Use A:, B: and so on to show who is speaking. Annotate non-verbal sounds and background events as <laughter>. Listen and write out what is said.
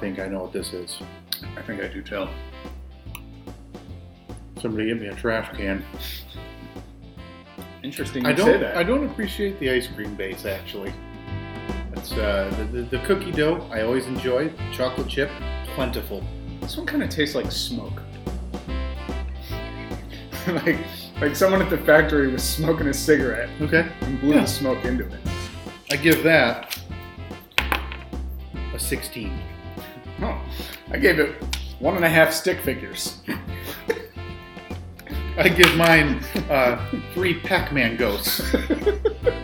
A: think Oh, I know what this is.
B: I think I do tell.
A: Somebody get me a trash can.
B: Interesting you
A: I
B: say
A: don't.
B: that.
A: I don't appreciate the ice cream base actually. That's uh, the, the the cookie dough. I always enjoy chocolate chip, plentiful.
B: This one kind of tastes like smoke. <laughs> like, like someone at the factory was smoking a cigarette
A: Okay,
B: and blew
A: Yeah.
B: the smoke into it.
A: I give that a sixteen.
B: Oh, I gave it one and a half stick figures.
A: I give mine uh, three Pac-Man ghosts. <laughs>